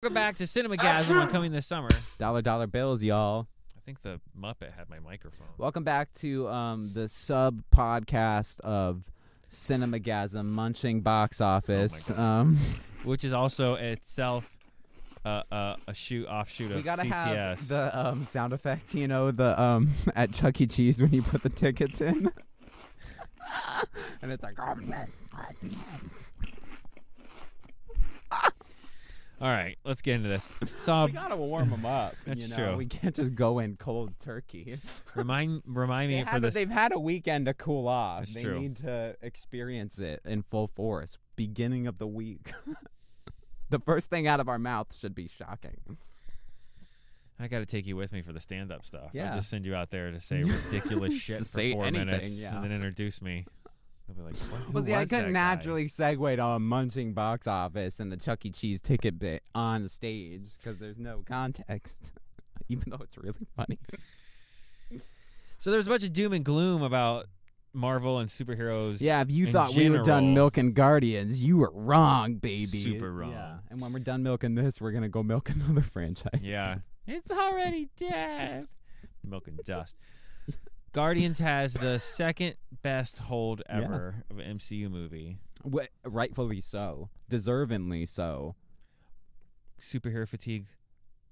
Welcome back to Cinemagasm on coming this summer. Dollar dollar bills, y'all. I think the Muppet had my microphone. Welcome back to um, the sub podcast of Cinemagasm Munching Box Office. um, which is also itself uh, uh, a shoot offshoot we of gotta CTS. have the um, sound effect, you know, the um, at Chuck E. Cheese when you put the tickets in, and it's like. "Oh, All right, let's get into this. So We gotta warm them up. That's you know? true. We can't just go in cold turkey. remind remind They me for had, this. they've had a weekend to cool off. That's they true. need to experience it in full force. Beginning of the week. the first thing out of our mouth should be shocking. I got to take you with me for the stand up stuff. Yeah. I'll just send you out there to say ridiculous Just shit to for say four anything, minutes yeah. and then introduce me. I'll be like, what, who Well, see, I was that couldn't guy? naturally segue to a munching box office and the Chuck E. Cheese ticket bit on stage because there's no context, even though it's really funny. So there's a bunch of doom and gloom about Marvel and superheroes. Yeah, if you in thought we were general- done milking Guardians, you were wrong, baby. Super wrong. Yeah, and when we're done milking this, we're gonna go milk another franchise. Yeah. It's already dead. Milk and dust. Guardians has the second best hold Yeah. ever of an MCU movie. Wh- rightfully so, deservingly so. Superhero fatigue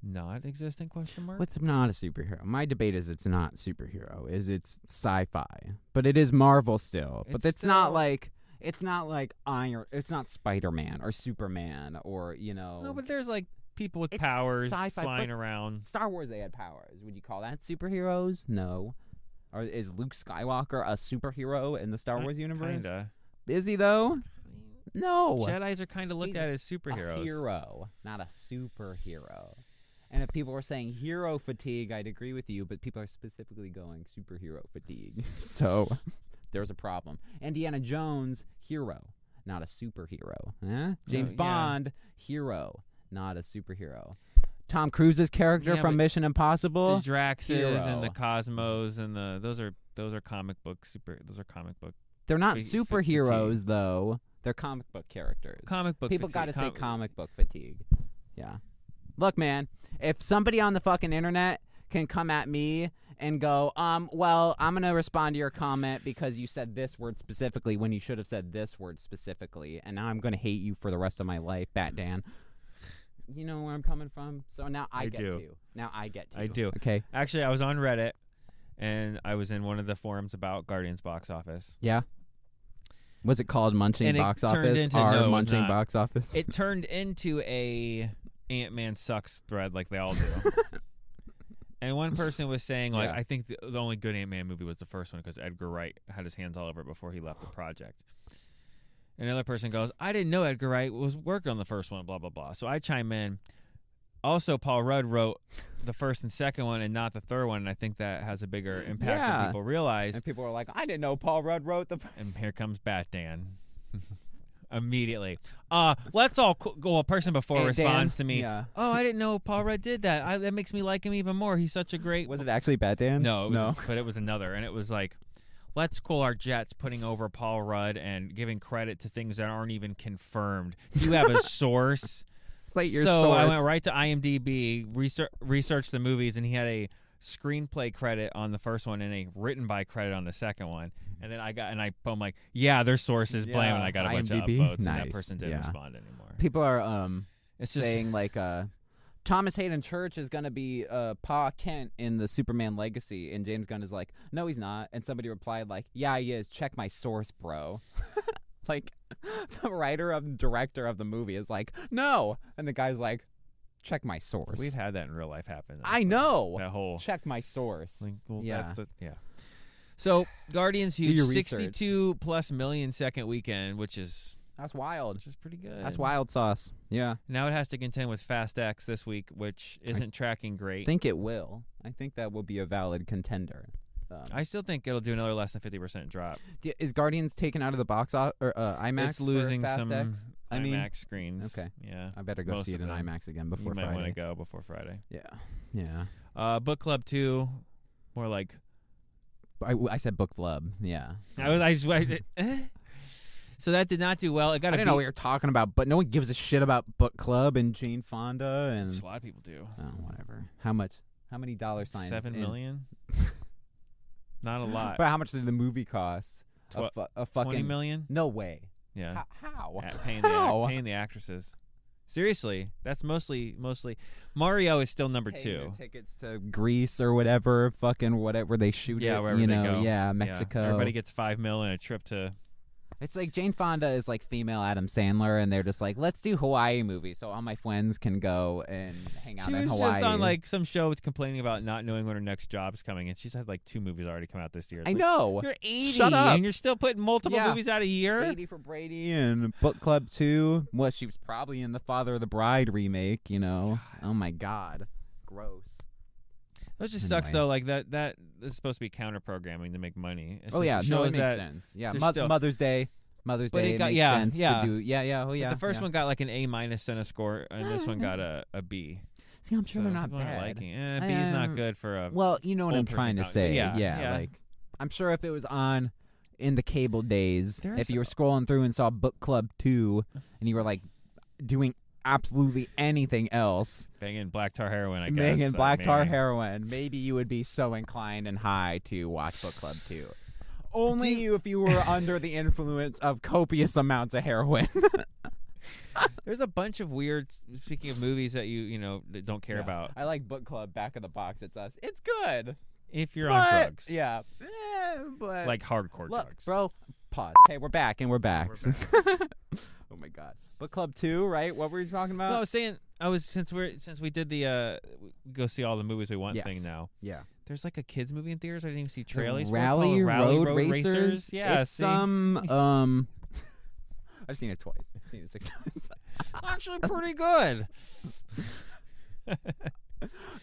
not existing question mark. What's not a superhero? My debate is it's not superhero. Is it's sci-fi, but it is Marvel still. but It's it's not still- like it's not like Iron. It's not Spider-Man or Superman or you know. No, but there's like people with Oh. It's powers sci-fi, flying but- around. Star Wars they had powers. Would you call that superheroes? No. Or is Luke Skywalker a superhero in the Star Ki- Wars universe? Kinda. Is he though? No. Jedi's are kind of looked Oh, at He's as a superheroes. hero, not a superhero. And if people were saying hero fatigue, I'd agree with you, but people are specifically going superhero fatigue. so there's a problem. Indiana Jones, hero, not a superhero. Huh? James Oh, yeah. Bond, hero, not a superhero. Tom Cruise's character Yeah, from but Mission The Impossible, Draxes and the hero. Cosmos and the those are those are comic book super those are comic book they're not fi- fi- superheroes though. They're comic book characters. comic book People fatigue, got to say com- comic book fatigue. Yeah. Look, man, if somebody on the fucking internet can come at me and go, um, well, I'm gonna respond to your comment because you said this word specifically when you should have said this word specifically, and now I'm gonna hate you for the rest of my life, Bat Dan. You know where I'm coming from. So now I, I get do. to. Now I get to. I do. Okay. Actually, I was on Reddit and I was in one of the forums about Guardians box office. Yeah. Was it called Munching And it Box turned Office? into- Our no, it was Munching not. Box Office. It turned into a Ant Man sucks thread like they all do. and one person was saying like Yeah. I think the, the only good Ant Man movie was the first one because Edgar Wright had his hands all over it before he left the project. Another person goes, I didn't know Edgar Wright was working on the first one, blah blah blah. So I chime in. Also, Paul Rudd wrote the first and second one and not the third one, and I think that has a bigger impact than Yeah. people realize. and people were like, I didn't know Paul Rudd wrote the. And here comes Bat Dan. Immediately. Uh, let's all co- go. A person before Ant Dan? responds to me. Yeah. Oh, I didn't know Paul Rudd did that. I, that makes me like him even more. He's such a great. Was it actually Bat Dan? No, it was, no. but it was another, and it was like, let's cool our jets, putting over Paul Rudd and giving credit to things that aren't even confirmed. Do you have a source? Slate your so I source. went right to IMDb, research, researched the movies, and he had a screenplay credit on the first one and a written by credit on the second one. And then I got and I I'm like, yeah, their source is blame, and I got a bunch of IMDb? upvotes, and that Nice. person didn't Yeah. respond anymore. People are um It's just saying like uh Thomas Hayden Church is gonna be uh Pa Kent in the Superman Legacy, and James Gunn is like, no, he's not. And somebody replied like, yeah, he is. Check my source, bro. like the writer of director of the movie is like, no, and the guy's like, check my source. we've had that in real life happen. I know. that whole Check my source. Like, well, Yeah. that's the, yeah. So Guardians huge, your research. sixty-two plus million second weekend, which is That's wild. which is pretty good. That's wild sauce. Yeah, Now it has to contend with Fast X this week, which isn't tracking I great. think it will. I think that will be a valid contender. Um, I still think it'll do another less than fifty percent drop. D- is Guardians taken out of the box o- or uh, IMAX? it's for losing Fast some X? I mean, IMAX screens. okay. yeah. I better go most see of it in them. IMAX again before you might want Friday. to go before Friday. Yeah, yeah. Uh, book club two, more like I, I said book club. Yeah. I was. I, was- I eh? So that did not do well. It got a I didn't B- know what you're talking about, but no one gives a shit about book club and Jane Fonda and Which a lot of people do. oh, whatever. How much? How many dollar signs? Seven in- million. not a lot. But how much did the movie cost? a, Twe- fu- a fucking Twenty million. Uh, No way. Yeah. How? How? At paying the act- How? paying the actresses. Seriously, that's mostly mostly. Mario is still number Paying two. their tickets to Greece or whatever, fucking whatever they shoot. Yeah, it, wherever you they know, go. yeah, Yeah, Mexico. Everybody gets five mil and a trip to. It's like Jane Fonda is like female Adam Sandler, and they're just like, let's do Hawaii movies so all my friends can go and hang out She in was Hawaii. just on like some show that's complaining about not knowing when her next job's coming, and she's had like two movies already come out this year. It's I like, know. You're 80 Shut up. and you're still putting multiple Yeah. movies out a year. Brady for Brady and Book Club 2. Well, she was probably in the Father of the Bride remake, you know. Oh my god. Gross. That just sucks Anyway. though. Like that that is supposed to be counter programming to make money. It's oh just- yeah, it no it shows makes that sense. Yeah, there's Mo- still- Mother's Day. Mother's But Day it got- makes yeah, sense yeah. to do. Yeah, yeah, oh yeah. the first yeah. one got like an A minus center score, and this one got a, a B. See, I'm sure so they're not people bad. aren't liking. it. Eh, B is Um, not good for a. Well, you know what old I'm person trying to count. say. Yeah, yeah. like I'm sure if it was on in the cable days, There's- if you were scrolling through and saw Book Club 2 and you were like doing absolutely anything else, banging black tar heroin, I guess. Megan so black tar maybe. heroin. Maybe you would be so inclined and high to watch Book Club 2. Only you if you were under the influence of copious amounts of heroin. There's a bunch of weird. Speaking of movies that you you know that don't care Yeah. about, I like Book Club back of the box. It's us. It's good. if you're but- on drugs, Yeah. Eh, but like hardcore look, drugs. bro. Pause. Hey, we're back and we're back. oh my god. Book Club 2, right? What were you talking about? No, I was saying I was since we're since we did the uh we go see all the movies we want Yes. thing now. yeah. There's like a kids movie in theaters. I didn't even see The trailers. for it, called Rally, Rally Road, Road Racers. Yeah, it's see? some um. I've seen it twice. I've seen it six times. It's actually pretty good.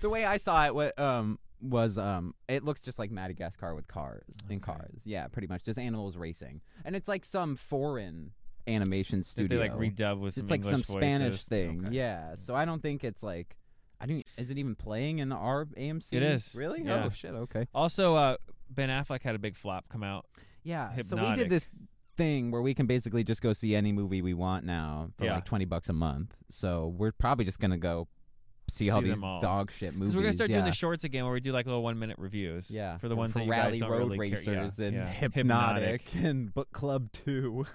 the way I saw it, what um was um it looks just like Madagascar with cars and cars. Yeah, pretty much just animals racing, and it's it's like some foreign animation Did studio. they like redub with some it's like English some Spanish voices? thing. Okay. Yeah, so I don't think it's like. I didn't. Is it even playing in the R AMC? It is, Really? yeah. Oh shit. Okay. Also, uh, Ben Affleck had a big flop come out. Yeah. So we did Hypnotic. this thing where we can basically just go see any movie we want now for Yeah. like twenty bucks a month. So we're probably just gonna go see, all See these them all. dog shit movies. Because we're gonna start doing yeah. the shorts again, where we do like little one minute reviews. Yeah, for the and ones for that you rally guys don't road really racers care. Yeah, and yeah. hypnotic, and book club two.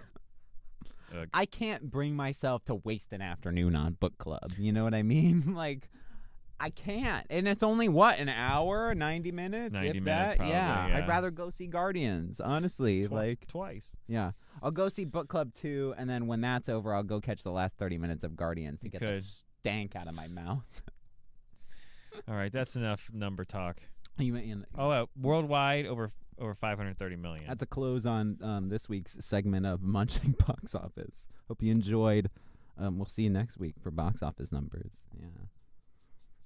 Ugh. I can't bring myself to waste an afternoon on book club. You know what I mean? like, I can't, and it's only what an hour, ninety minutes, 90 if minutes that. probably, yeah. I'd rather go see Guardians. Honestly, Twi- like, twice. yeah, I'll go see book club two, and then when that's over, I'll go catch the last thirty minutes of Guardians to You get could. the stank out of my mouth. All right, that's enough number talk. you mean, Oh, uh, worldwide over over 530 million. That's a close on um, this week's segment of Munching Box Office. Hope you enjoyed. Um, we'll see you next week for box office numbers. Yeah.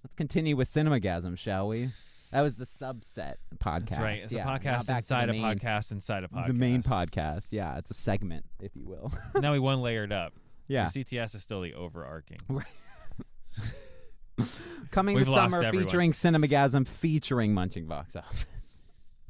Let's continue with Cinemagasm, shall we? That was the subset podcast. That's right. It's yeah. a Now back to podcast the inside a main- podcast inside a podcast. The main podcast. Yeah, it's a segment, if you will. now we one layered up. yeah. The CTS is still the overarching. Coming We've this lost summer everyone. featuring Cinemagasm featuring Munching Box Office.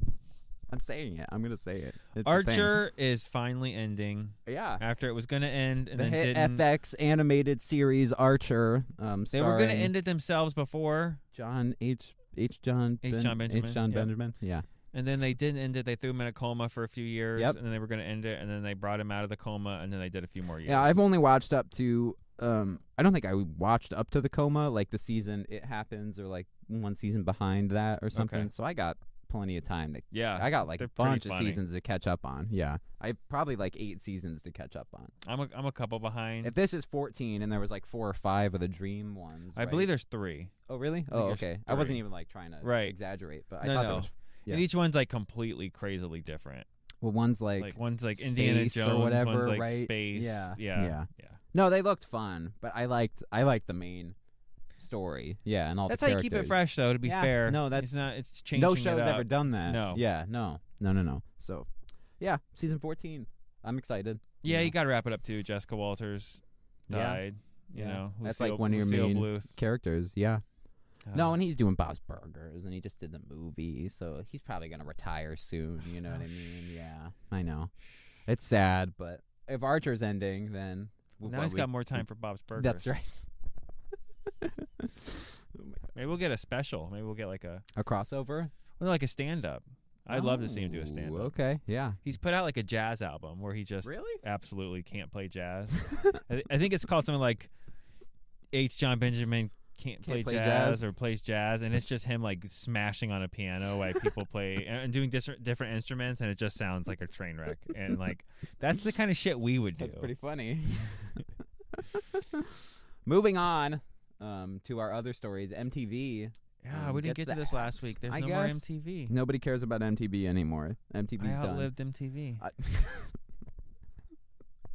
I'm saying it. I'm going to say it. It's a thing. Archer is finally ending Yeah. after it was going to end and the then hit didn't. FX animated series Archer. Um, they were going to end it themselves before, John H. H. John H. John H. Benjamin, John yeah. Benjamin. Yeah. and then they didn't end it. They threw him in a coma for a few years, Yep. and then they were going to end it, and then they brought him out of the coma, and then they did a few more years. Yeah. I've only watched up to. Um, I don't think I watched up to the coma, like the season it happens, or like one season behind that, or something. So I got plenty of time to. yeah, I got like a Uh, they're pretty bunch of funny. seasons to catch up on. Yeah, I have probably like eight seasons to catch up on. I'm a, I'm a couple behind. If this is fourteen, and there was like four or five of the dream ones, I right? believe there's three, Oh, really? think Oh, there's okay. I wasn't three. even like trying to Right. exaggerate, but I No, thought there no. was Yeah. and each one's like completely crazily different. Well, one's like, Like, one's like Indiana space or Jones, whatever, one's like right? space. Yeah. yeah, Yeah. yeah. no, they looked fun, but I liked I liked the main story. Yeah, and all That's the how you keep it characters. fresh, though. To be Yeah. fair, No, that's- it's not. It's changing. No it show's up. ever done that. No. Yeah. No. No. No. No. So, yeah, season fourteen. I'm excited. Yeah, know? you got to wrap it up too. Jessica Walters Yeah. died. You Yeah. know, That's Lucille- like one of your Lucille main- Bluth. Characters. Yeah. Uh, no, and he's doing Bob's Burgers, and he just did the movie, so he's probably gonna retire soon. You know No, what I mean? shh. Yeah. I know. It's sad, but if Archer's ending, then w- Now what he's we- got more time for Bob's Burgers. That's right. Maybe we'll get a special. Maybe we'll get like a A crossover. well, like a stand up. I'd love to see him do Oh. a stand up. Okay, yeah. He's put out like a jazz album where he just Really? absolutely can't play jazz. I, th- I think it's called something like H. John Benjamin can't, play, play jazz, jazz. or plays jazz, and it's just him like smashing on a piano while people play and, and doing dis- different instruments, and it just sounds like a train wreck. And like that's the kind of shit we would do. That's pretty funny. Moving on um, to our other stories. MTV. yeah, um, we didn't gets get to the this last axe. week. There's I no guess. more MTV. Nobody cares about MTV anymore. I MTV's done. outlived MTV. I-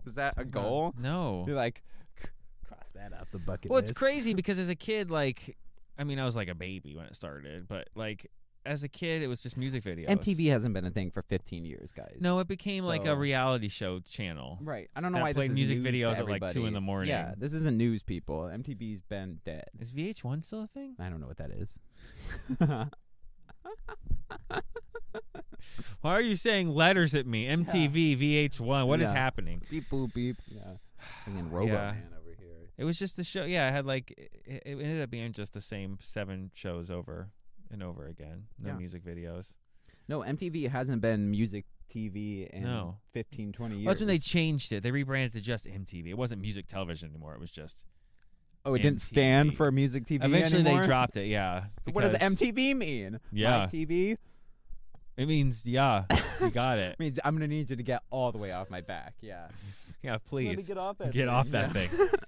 Is that a goal? No. You're like, "C- cross that off the bucket Well, it's list." crazy because as a kid, like, I mean, I was like a baby when it started, but like as a kid, it was just music videos. MTV hasn't been a thing for 15 years, guys. No, it became like So- a reality show channel. Right. I don't know That why played this is music news to videos at, like, 2 in everybody. the morning. Yeah, this isn't news, people. MTV's been dead. Is VH1 still a thing? I don't know what that is. Why are you saying letters at me? MTV, VH1. What is Yeah. happening? beep boop beep. Yeah. And then Robo Man over here. It was just the show. Yeah, I had like it, it ended up being just the same seven shows over and over again. No Yeah. music videos. No, MTV hasn't been music TV in No. fifteen twenty 15, 20 years. Well, that's when they changed it. They rebranded to just MTV. It wasn't music television anymore. It was just. oh, it didn't stand MTV. for music TV Eventually, anymore? they dropped it. Yeah. What does because- MTV mean? My Yeah. TV? It means yeah, you got it. means I'm going to need you to get all the way off my back. Yeah. Yeah, Let me please get off that get thing. off that Yeah. thing.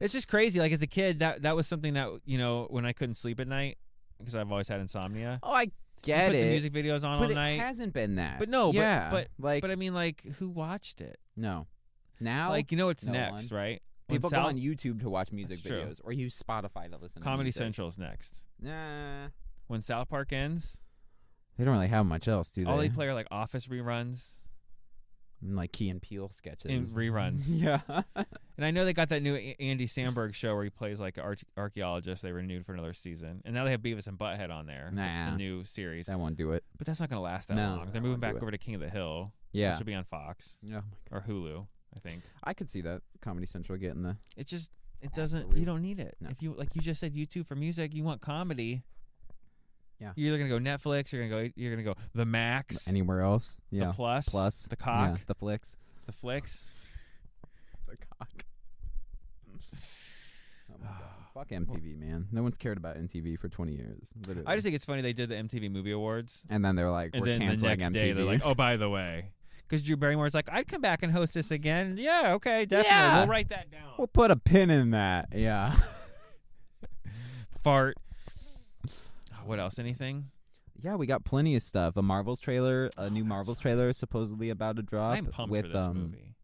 It's just crazy. Like as a kid, that that was something that you know when I couldn't sleep at night because I've always had insomnia. Oh, I I get put it. the music videos on but all it night. hasn't been that. But no, but- yeah, but- like but I mean, like who watched it? no. Now Like you know what's No next, right? When people go Sal- on YouTube to watch music That's true. videos or use Spotify to listen Comedy to music. Central's next. Nah. When South Park ends, They don't really have much else, do all they play are like Office reruns And, like Key and Peele sketches. and reruns. yeah. And I know they got that new A- Andy Samberg show where he plays like an arch- archaeologist. They renewed for another season, and now they have Beavis and Butthead on there, the- Nah. the new series. that won't do it. But that's not going to last that No, long. that They're moving won't do back it. over to King of the Hill, Yeah. which will be on Fox Yeah. or Hulu, I think. I could see that Comedy Central getting the It just it That's doesn't. the You don't need it. No. If you like, you just said YouTube for music. You want comedy. Yeah. You're either going to go Netflix. You're going to go. You're going to go the Max, anywhere else. the Yeah. Plus, Plus the Cock, yeah, the flicks. the Flicks. The cock. Oh my god. Fuck MTV, man. No one's cared about MTV for 20 years. Literally. I just think it's funny they did the MTV Movie Awards, and then they're like, and we're then the canceling next MTV. day they're like, oh, by the way. Because Drew Barrymore's like, I'd come back and host this again. "Oh, Yeah, okay, definitely. Yeah. We'll write that down. we'll put a pin in that. Yeah. Fart. Oh, what else? Anything? Yeah, we got plenty of stuff. A Marvel's trailer, a new Oh, that's Marvel's trailer is supposedly about to drop. I'm pumped with for this um, movie.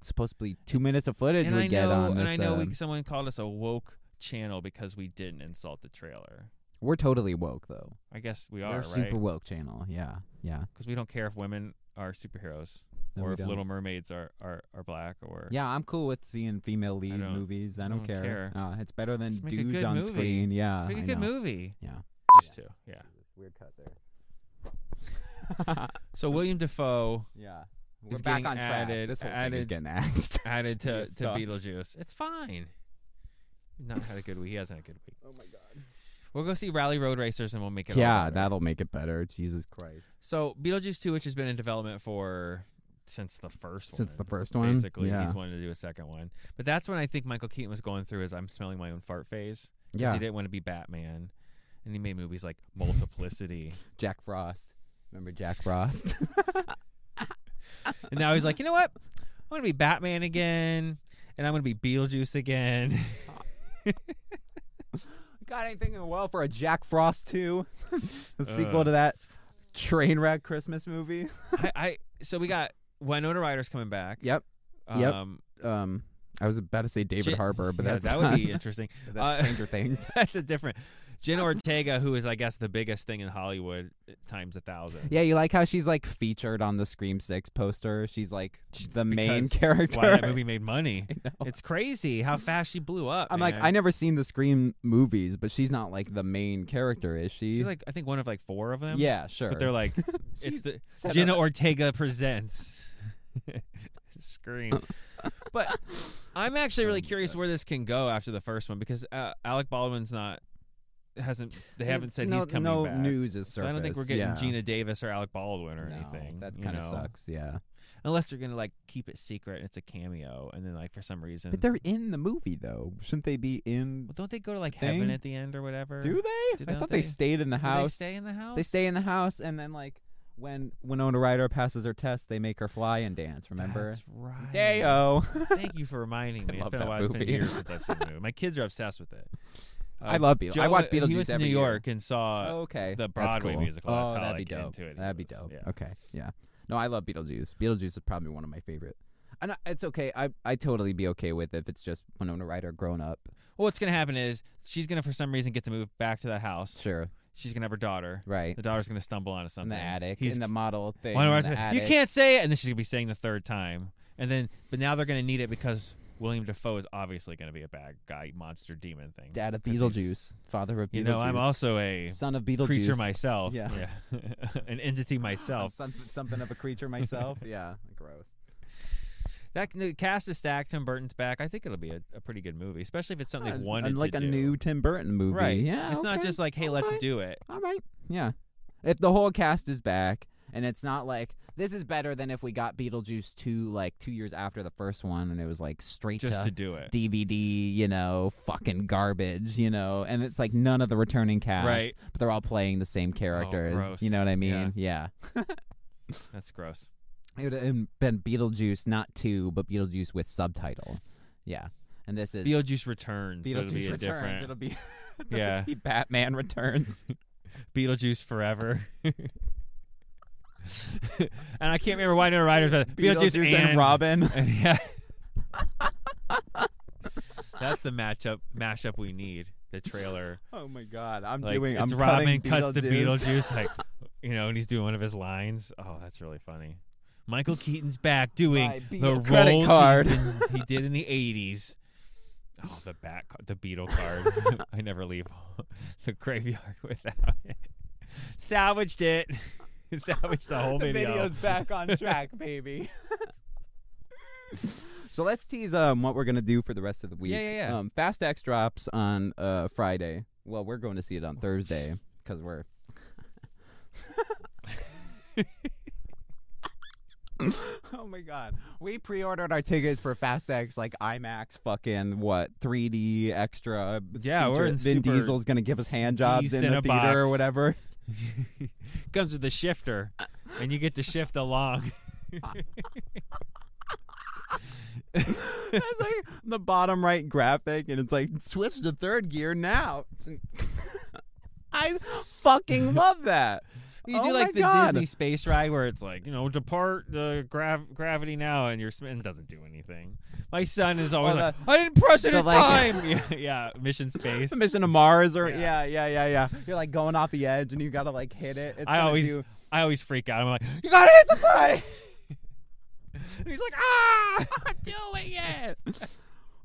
supposedly two minutes of footage And we I get know, on this. and I know um, we, someone called us a woke channel because we didn't insult the trailer. we're totally woke though. I guess we We're are, a super woke channel. Yeah, yeah, Because we don't care if women are superheroes No, or we if don't. Little Mermaids are, are, are black or yeah. I'm cool with seeing female lead don't- movies. I I don't, don't care. care. Uh, it's better than Just make a dudes good on movie. screen. Yeah, Let's make I a good know. movie. Yeah. Just two, yeah. Weird cut there. So William Defoe yeah, we're He's back getting on track. added- this whole thing is added- getting axed. added to, It to sucks. Beetlejuice. It's fine. Not had a good week. He hasn't had a good week. oh my god. We'll go see Rally Road Racers and we'll make it. all Yeah, better. that'll make it better. Jesus Christ. So Beetlejuice Two, which has been in development for since the first one. Since the first one, Basically, yeah, he's wanted to do a second one, but that's when I think Michael Keaton was going through his "I'm smelling my own fart" phase. 'cause yeah. he didn't want to be Batman, and he made movies like Multiplicity, Jack Frost. Remember Jack Frost? and now he's like, you know what? I'm gonna be Batman again, and I'm gonna be Beetlejuice again. Got anything in the well for a Jack Frost 2? the sequel Uh. to that train wreck Christmas movie. I, I so we got Winona Ryder's coming back. Yep. yep. Um, Um, I was about to say David Jen- Harbour, but yeah, that's that not, would be interesting. that's uh, Stranger Things. that's a different. Jen Ortega, who is I guess the biggest thing in Hollywood uh, times a thousand. Yeah, you like how she's like featured on the Scream Six poster. She's like Just the main because character. Why that movie made money? know. It's crazy how fast she blew up. I'm like, man. I never seen the Scream movies, but she's not like the main character, is she? She's like, I think one of like four of them. yeah, sure. but they're like, She's it's the set Jenna up- Ortega presents. screen. but I'm actually Oh really curious where this can go after the first one because uh, Alec Baldwin's not hasn't they haven't It's said no, he's coming no back. news is So I don't think we're surfaced, getting yeah. Gina Davis or Alec Baldwin or No, anything. That you kind of know? sucks. Yeah, Unless they're gonna like keep it secret and it's a cameo, and then like for some reason, but they're in the movie though. Shouldn't they be in? Well, don't they go to like thing? heaven at the end or whatever? Do they? Did I not thought they they? stayed in the Do house. they stay in the house? They stay in the house, and then like when Winona Ryder passes her test, they make her fly and dance. Remember? That's right. Dayo. Thank you for reminding I me. It's love been a that while. It's been movie. years since I've seen the movie. My kids are obsessed with it. I Uh, love Beetlejuice. Joe I went- watch Beetlejuice He went to every New year. York and saw Oh, okay. the That's Broadway cool. musical. Oh, That's how that'd like be dope. into it. he That'd be was. dope. Yeah. Okay. Yeah. No, I love Beetlejuice. Beetlejuice is probably one of my favorite. And I- it's okay. I I totally be okay with if it's just Winona Ryder grown up. Well, what's gonna happen is she's gonna for some reason get to move back to that house. Sure. She's gonna have her daughter. Right. The daughter's gonna stumble onto something. In the attic. He's in the model thing. Why in don't the I say, attic. you can't say it, and then she's gonna be saying the third time, and then but now they're gonna need it because William Defoe is obviously gonna be a bad guy, monster, demon thing. Dad of 'Cause he's- Beetlejuice. Father of Beetlejuice. You know, I'm also a son of Beetlejuice. creature myself. Yeah. an entity I'm myself. some, something of a creature myself. yeah. Gross. That the cast is stacked. Tim Burton's back. I think it'll be a, a pretty good movie, especially if it's something Uh, they've wanted and like to a do. new Tim Burton movie. right. Yeah. it's not okay. just like, hey, let's Okay. do it. All right. Yeah. If the whole cast is back and it's not like this is better than if we got Beetlejuice 2 like 2 years after the first one and it was like straight Just to to do it. DVD, you know, fucking garbage, you know, and it's like none of the returning cast, Right. Oh, but they're all playing the same characters. gross. You know what I Yeah. mean? Yeah. That's gross. It would have been Beetlejuice not 2, but Beetlejuice with subtitle. Yeah. And this is Beetlejuice returns. but it'll Beetlejuice be a returns. different It'll be it'll Yeah. be Batman returns. Beetlejuice forever. and I can't remember why no writers, but Beetlejuice, Beetlejuice and, and Robin. and yeah. That's the matchup mashup we need. The trailer. Oh my god, I'm Like doing. it's I'm Robin cutting cuts the Beetlejuice. Beetlejuice, like you know, and he's doing one of his lines. Oh, that's really funny. Michael Keaton's back doing My the Beetle roles credit he's card. been- he did in the '80s. Oh, the back, the Beetle card. I never leave the graveyard without it. Salvaged it. Salvaged the whole the video. video's back on track, baby. so let's tease um what we're gonna do for the rest of the week. Yeah, yeah, yeah. Um, Fast X drops on uh Friday. Well, we're going to see it on Thursday because we're. oh my god. We pre-ordered our tickets for Fast X like IMAX fucking what 3D extra Yeah, we're feature. in Vin super Diesel's going to give us hand D jobs in the theater or Cinebox. whatever. Comes with the shifter, and you get to shift along. That's like the bottom right graphic, and it's like switch to third gear now. I fucking love that. You Oh do my like the God. Disney space ride where it's like, you know, depart the grav- gravity now, and your spin doesn't do anything. My son is always Or like, the- I didn't press it the in like- time. yeah, yeah, mission space. Mission to Mars, or yeah. Yeah. yeah, yeah, yeah, You're like going off the edge, and you gotta like hit it. It's I gonna always, do- I always freak out. I'm like, you gotta hit the button. and he's like, ah, I'm doing it.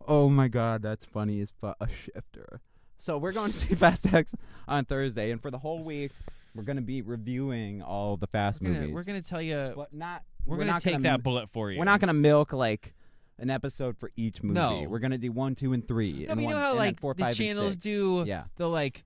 Oh my god, that's funny as fu- a shifter. So we're going to see Fast X on Thursday, and for the whole week, we're gonna be reviewing all the Fast We're gonna, movies. we're gonna tell you. but not. We're, gonna not take gonna that bullet for you. We're not gonna milk like an episode for each movie. No. We're gonna do one, two, and three. No, and but you one- know how and then like four, the five, and channels six. do Yeah. the like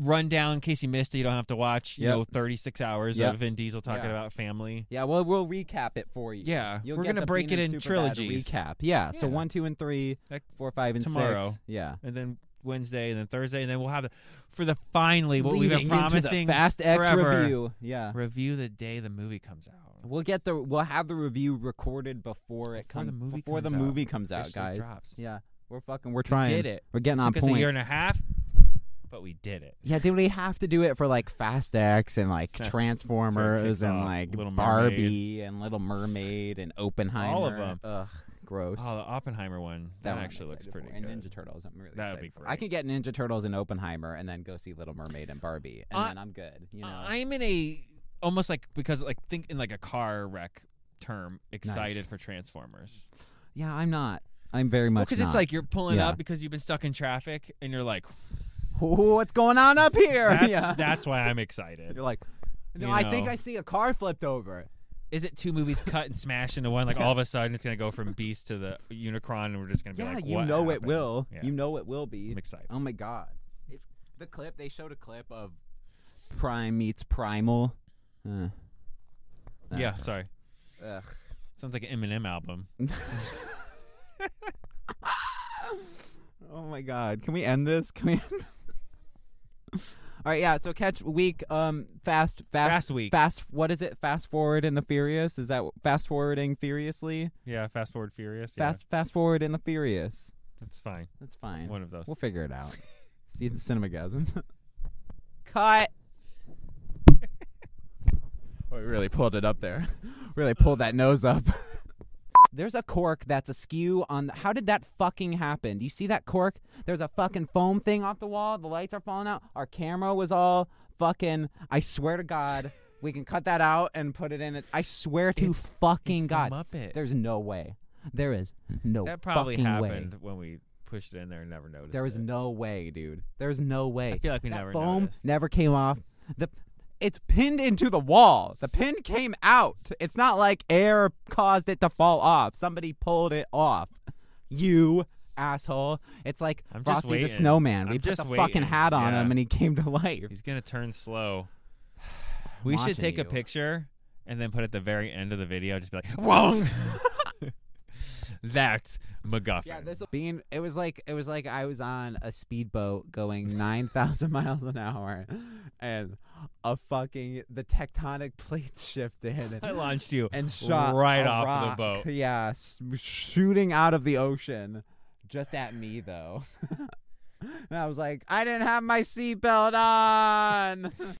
rundown in case you missed it. You don't have to watch. You Yep. know, 36 hours Yep. of Vin Diesel talking Yeah. about family. Yeah, well, we'll recap it for you. Yeah, You'll we're get gonna the break Bean it and in Superbad trilogies. Recap. Yeah, So Yeah. one, two, and three, Like, four, five, and tomorrow. six. Yeah. and then Wednesday, and then Thursday, and then we'll have the, for the finally what we've Leading been into the promising. Fast X forever. review. Yeah. Review the day the movie comes out. We'll get the we'll have the review recorded before it Before comes the movie before the comes out. movie comes out, Officially guys. drops. Yeah, we're fucking we're trying. did it. We're getting on Took us point. a year and a half, but we did it. Yeah, do we have to do it for like Fast X and like That's- Transformers that's where it and kicks off. like uh, Little Barbie and Little Mermaid and Oppenheimer? all of them. Ugh, gross. Oh, the Oppenheimer one. That, one I'm actually looks excited pretty for. good. And Ninja Turtles, I'm really That would excited be for. I great. can get Ninja Turtles and Oppenheimer, and then go see Little Mermaid and Barbie, and I- then I'm good. You know, I'm in a almost like because like think in like a car wreck term excited for Transformers. yeah, I'm not. I'm very much because not. it's like you're pulling Yeah. up because you've been stuck in traffic and you're like Ooh, what's going on up here? that's yeah. that's why I'm excited. You're like, no, You I think know. I see a car flipped over. isn't two movies cut and smashed into one? Like all of a sudden, it's gonna go from Beast to the Unicron, and we're just gonna be yeah, like, you what know it happened? will. Yeah. You know it will be. I'm excited. Oh my god. It's the clip they showed a clip of Prime meets Primal. Uh, that- Yeah, sorry. Oh, Ugh. Sounds like an Eminem album. Oh my god. Can we end this? Can we end this? All right, yeah. So catch week um fast fast Fast week. Fast what is it? Fast forward in the furious? Is that fast forwarding furiously? Yeah, Fast Forward Furious. Yeah, Fast fast forward in the furious. that's fine. That's fine. One of those. We'll figure it out. See the cinemagasm. Cut. oh, we really pulled it up there. really pulled that nose up. There's a cork that's askew on. The, how did that fucking happen? Do you see that cork? There's a fucking foam thing off the wall. The lights are falling out. Our camera was all fucking. I swear to God, we can cut that out and put it in. It. I swear to It's- fucking It's the God. Muppet. There's no way. There is no that probably fucking way. happened when we pushed it in there and never noticed. There was it. no way, dude. There was no way. I feel like we that never foam noticed. never came off. The it's pinned into the wall. The pin came out. It's not like air caused it to fall off. Somebody pulled it off. You asshole. It's like I'm just Frosty the waiting. Snowman. We I'm put just the waiting. fucking hat on Yeah. him and he came to life. He's gonna turn slow. We should watching take a you. picture and then put it at the very end of the video, just be like, "Wrong." That's MacGuffin. Yeah, this being it was like it was like I was on a speedboat going nine thousand miles an hour, and a fucking the tectonic plates shifted. I launched you and shot right a off rock. the boat. Yeah, s- shooting out of the ocean, just at me though. and I was like, I didn't have my seatbelt on.